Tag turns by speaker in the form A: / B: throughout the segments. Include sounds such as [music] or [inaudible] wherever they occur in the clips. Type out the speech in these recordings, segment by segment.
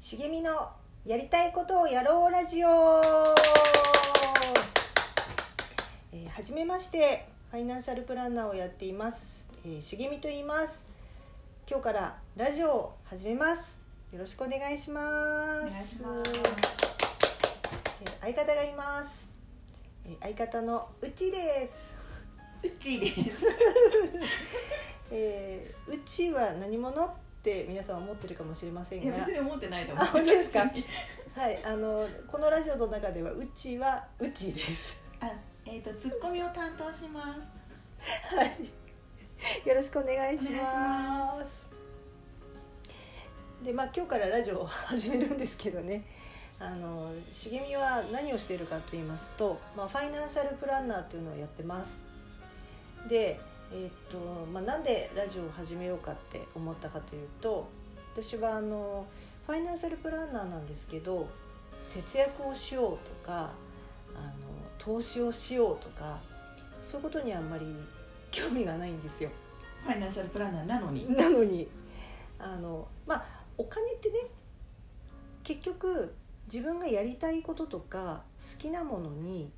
A: 茂みのやりたいことをやろうラジオ、えー、はじめましてファイナンシャルプランナーをやっています、えー、茂みと言います今日からラジオを始めますよろしくお願いします
B: お願いします
A: えー相方がいます、えー相方のうちです
B: うちです
A: えーうちは何者って皆さん思ってるかもしれませ
B: い
A: ん
B: や
A: が
B: 別に思って [laughs] ないと思う
A: あ本当ですか
B: 別に
A: はいあのこのラジオの中ではうちはうちです
B: あえっ、とツッコミを担当します
A: はい [laughs] よろしくお願いします
B: お願
A: でまあ今日からラジオを始めるんですけどねあの茂みは何をしているかと言いますと、まあ、ファイナンシャルプランナーというのをやってますでえーっとまあ、なんでラジオを始めようかって思ったかというと私はあのファイナンシャルプランナーなんですけど節約をしようとかあの投資をしようとかそういうことにあんまり興味がないんですよ。
B: ファイナンシャルプランナーなの
A: [laughs]
B: に
A: なのにあのまあお金ってね結局自分がやりたいこととか好きなものに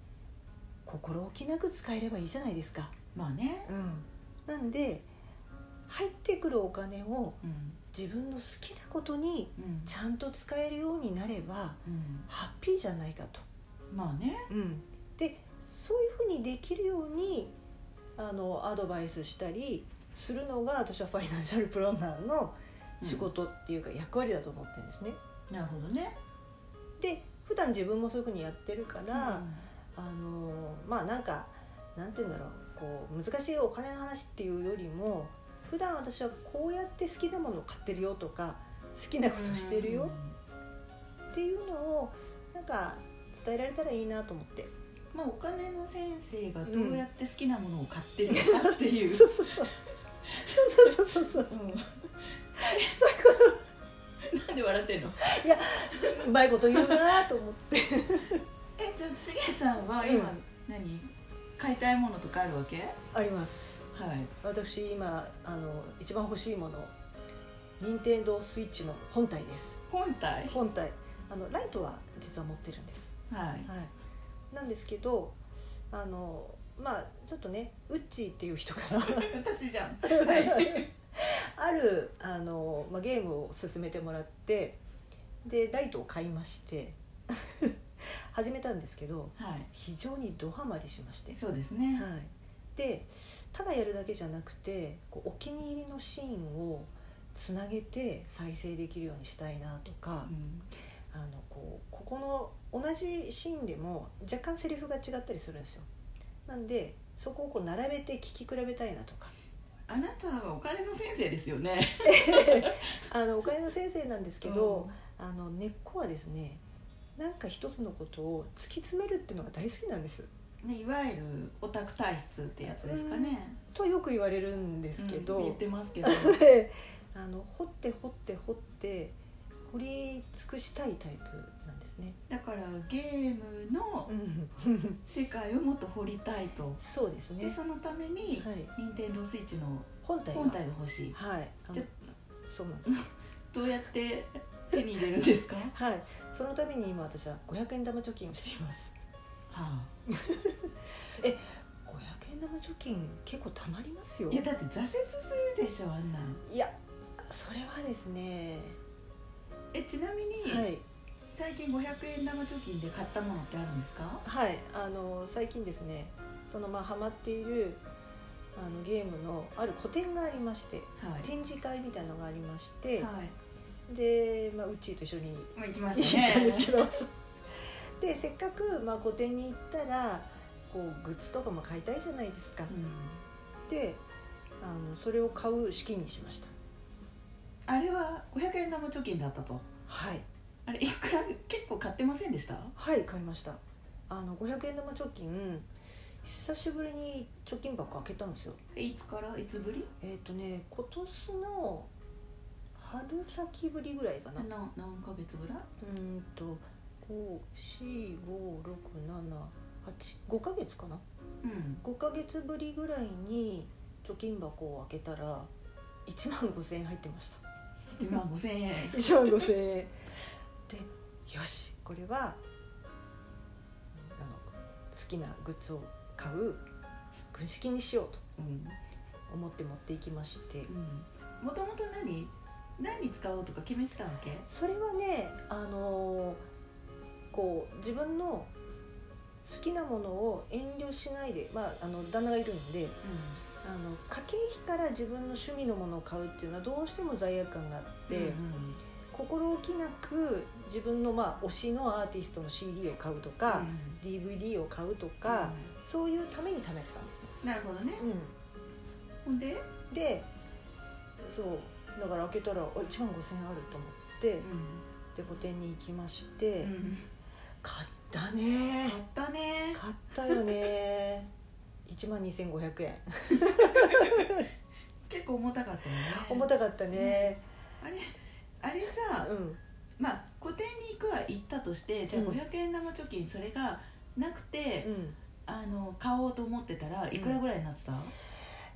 A: 心置きなく使えればいいじゃないですか。
B: まあね
A: うん、なんで入ってくるお金を
B: うん
A: 自分の好きなことに
B: うん
A: ちゃんと使えるようになれば
B: うん
A: ハッピーじゃないかと。
B: まあね
A: うん、でそういうふうにできるようにあのアドバイスしたりするのが私はファイナンシャルプランナーの仕事っていうか役割だと思ってるんですね。
B: なるほどね
A: で普段自分もそういうふうにやってるから、
B: うん
A: あのまあなんかなんて言うんだろうこう難しいお金の話っていうよりも普段私はこうやって好きなものを買ってるよとか好きなことをしてるよっていうのをなんか伝えられたらいいなと思 [laughs] って。
B: まあお金の先生がどうやって好きなものを買ってるのかって [laughs] いう、
A: そうそうそうそうそうそう
B: [laughs]
A: そう
B: うんなんで笑ってんの
A: うまいこと言うなと思って
B: えじゃあしげさんは今、
A: うん
B: 何買いたいものとかあるわけは
A: あります
B: い
A: 私今あの一番欲しいもの任天堂スイッチの本体です
B: 本体
A: 本体あのライトは実は持ってるんです、
B: はい
A: はい、なんですけどあのまあちょっとねウッチーっていう人から
B: 私じゃんはい
A: [laughs] あるあの、まあ、ゲームを勧めてもらってでライトを買いまして [laughs] 始めたんですけど
B: はい
A: 非常にドハマりしまして
B: そうですね、
A: はい、でただやるだけじゃなくてこうお気に入りのシーンをつなげて再生できるようにしたいなとか、
B: うん
A: あのこうここの同じシーンでも若干セリフが違ったりするんですよなんでそこをこう並べて聞き比べたいなとか
B: あなたはお金の先生ですよね
A: あのお金の先生なんですけど、あの根っこはですねなんか一つのことを突き詰めるっていうのが大好きなんです
B: うんねいわゆるオタク体質ってやつですかね、
A: とよく言われるんですけど、
B: うん言ってますけど
A: であの掘って掘って掘って掘り尽くしたいタイプなんですね。
B: だからゲームの世界をもっと掘りたいと、
A: そうですね。
B: で
A: は
B: そのために
A: い。
B: 任天堂スイッチの
A: 本体が
B: 本体が欲しい
A: はい。あの
B: ちょ
A: そうなんです。
B: どうやって手に入れるんです
A: [laughs]
B: かは
A: はい。そのために今私は500円玉貯金をしています。
B: あ
A: 500円玉貯金結構たまりますよ。
B: いやだって挫折するでしょあんなん
A: いやそれはですね。
B: えちなみに、
A: はい
B: 最近500円玉貯金で買ったものってあるんですか
A: はい。あの最近ですね、そのまあハマっているあのゲームのある個展がありまして、
B: は
A: 展示会みたいなのがありまして。
B: はい
A: で、まあ、うっちーと一緒に
B: まあ行きま
A: 行
B: したね
A: ったんですけど、でせっかく、まあ、個展に行ったらこうグッズとかも買いたいじゃないですか、
B: うん
A: であのそれを買う資金にしました
B: あれは500円玉貯金だったと
A: はい
B: あれいくら結構買ってませんでした
A: はい買いましたあの500円玉貯金久しぶりに貯金箱開けたんですよ
B: いつからいつぶり
A: えっ、とね今年の春先ぶりぐらいかな
B: な何ヶ月ぐらいう
A: ーんと5456785ヶ月かな
B: うん
A: 5ヶ月ぶりぐらいに貯金箱を開けたら1万5000円入ってました [laughs]
B: 1万5000円
A: 1万5000円よしこれはあの好きなグッズを買う軍資金にしようと
B: うん
A: 思って持っていきまして
B: うんもともと何何に使おうとか決めてたわけ
A: それはねあのーこう自分の好きなものを遠慮しないで、まあ、あの旦那がいるので
B: う
A: あの家計費から自分の趣味のものを買うっていうのはどうしても罪悪感があって、
B: うん
A: 心置きなく自分のまあ推しのアーティストの CD を買うとか、DVD を買うとか、そういうために貯めてたの。
B: うんなるほどねほんで
A: でそうだから開けたらあ1万5,000円あると思って、で個展に行きまして、
B: うん
A: 買ったね
B: 買ったね
A: 買ったよ
B: [laughs]
A: ね1万2500円
B: 結構重たかったよね
A: 重たかったね
B: あれあれさ
A: うん
B: まあ個展に行くは行ったとしてじゃあ
A: うん
B: 500円玉貯金それがなくて、
A: うん
B: あの買おうと思ってたらいくらぐらいになってた、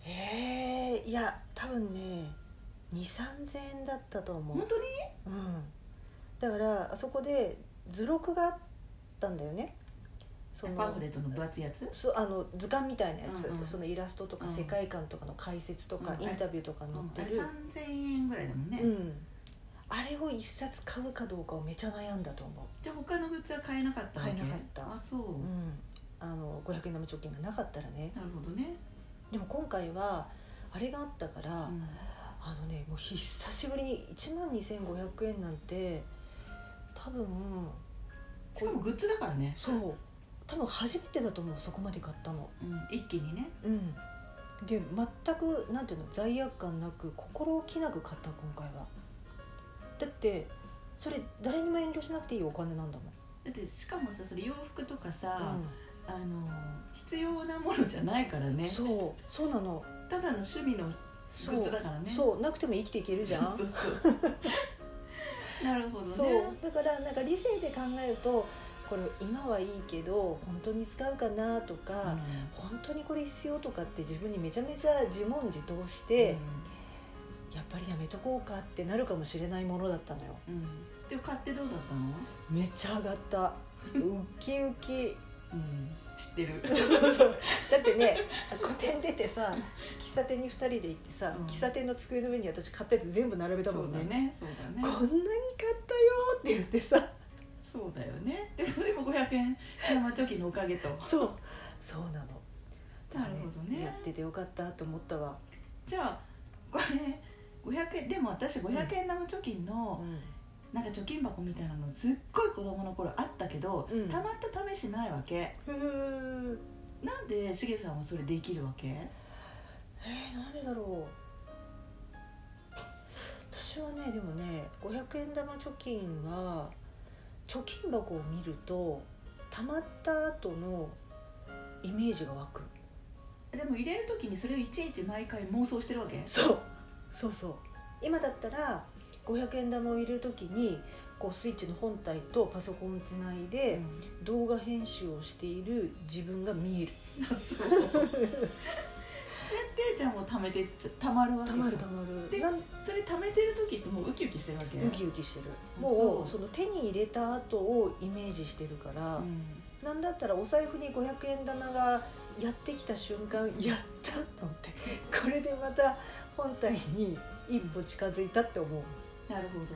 A: えー、いや多分ね2,3000円だったと思
B: 本
A: う、
B: 当に
A: うん、だからあそこで図録があったんだよねそ
B: パンフレットの分厚いやつ
A: そうあの図鑑みたいなやつ、
B: うんうん
A: そのイラストとか
B: うん
A: 世界観とかの解説とか、
B: うん
A: インタビューとか
B: うんあ
A: 載っ
B: れ
A: てる、
B: 3000円ぐらいだもんね、
A: うんあれを一冊買うかどうかをめちゃ悩んだと思
B: じゃあ他のグッズは買えなかったわけ
A: 買えなかった
B: あそう、
A: う、うん、あの500円玉貯金がなかったらね
B: なるほどね、
A: でも今回はあれがあったから、
B: うん
A: あのねもう久しぶりに1万2500円なんて多分
B: しかもグッズだからね、
A: そう多分初めてだと思うそこまで買ったの
B: うん、一気にね
A: うんで全くなんていうの罪悪感なく心置きなく買った今回はだってそれ誰にも遠慮しなくていいお金なんだもん
B: だってしかもさそれ洋服とかさ、あの必要なものじゃないから
A: うん
B: ね
A: そうそうなの
B: ただの趣味の
A: そ
B: グッズ
A: う
B: だからね
A: そうなくても生きていけるじゃん
B: そうそうそう
A: [laughs]
B: なるほどね
A: そうだからなんか理性で考えるとこれ今はいいけど本当に使うかなとか、本当にこれ必要とかって自分にめちゃめちゃ自問自答して、やっぱりやめとこうかってなるかもしれないものだったのよ
B: うんうんでも買ってどうだったの、
A: めっちゃ上がった
B: [laughs]
A: ウキウキ
B: うん、知ってる
A: そうそうだってね個展出てさ喫茶店に2人で行ってさ、
B: うん
A: 喫茶店の机の上に私買ったやつ全部並べた
B: そ
A: も
B: うんだ
A: ね
B: ねそう
A: こん
B: だ
A: なに
B: ね
A: 買ったよって言ってさ
B: そうだよねでそれも500円生貯金のおかげと
A: そうそうなの
B: なるほどね
A: やっててよかったと思ったわ、
B: じゃあこれ500円でも私500円生貯金
A: う
B: の、
A: ん
B: なんか貯金箱みたいなのすっごい子供の頃あったけど、
A: うん
B: たまった試しないわけ
A: ふう
B: なんでしげさんはそれできるわけ
A: えー、なんでだろう私はねでもね500円玉貯金は貯金箱を見るとたまった後のイメージが湧く
B: でも入れる時にそれをいちいち毎回妄想してるわけ
A: そうそうそう今だったら500円玉を入れる時にこうスイッチの本体とパソコンをつないで
B: ん
A: 動画編集をしている自分が見える [laughs]
B: あそう設定ちゃんも貯めてっちゃたまるわけ
A: た
B: か
A: まるたまる
B: で
A: なん
B: それ貯めてる時ってもうウキウキしてるわけ
A: ウキウキしてる
B: あ
A: もう
B: そ
A: その手に入れた後をイメージしてるから、
B: うん
A: なんだったらお財布に500円玉がやってきた瞬間 [laughs] やったと思ってこれでまた本体に一歩近づいたって思う、
B: なるほど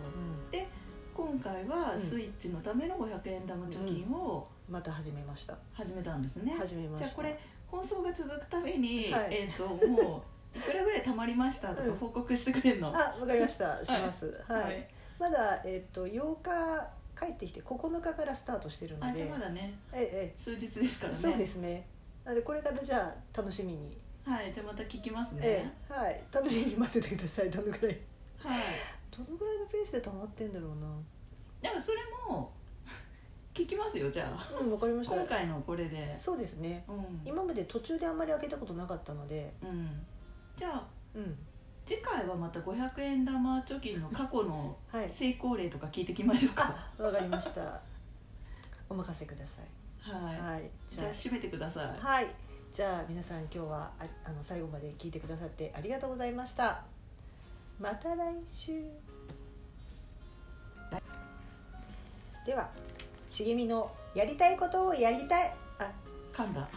B: 今回は
A: うん
B: スイッチのための500円玉貯金を
A: また始めました
B: 始めたんですね、
A: 始めまし
B: じ
A: た
B: ゃあこれ放送が続くたびに、
A: はい
B: えっ、ともういくらぐらい貯まりましたと
A: う
B: か
A: ん
B: 報告してくれるの、
A: あわかりましたしますはい、
B: はい
A: まだえっ、と8日帰ってきて9日からスタートしてるの
B: あ
A: で
B: じゃあまだね
A: ええ
B: 数日ですか
A: ええ
B: らね
A: そうですねなのでこれからじゃあ楽しみに、
B: はいじゃあまた聞きますね、
A: ええはい楽しみに待っててくださいどのぐらい
B: はい
A: どのぐらいのペースで溜まってんだろうな
B: でもそれも聞きますよじゃあ
A: うんわかりました
B: 今回のこれで
A: そうですね
B: うん
A: 今まで途中であんまり開けたことなかったので
B: うんじゃあ
A: うん
B: 次回はまた500円玉貯金の過去の
A: はい
B: 成功例とか聞いてきましょうか
A: あわかりました [laughs] お任せください
B: [laughs] はい、
A: はい
B: じゃあ締めてください
A: あはいじゃあ皆さん今日はありあの最後まで聞いてくださってありがとうございましたまた来週では茂みのやりたいことをやりたいあ
B: 噛んだ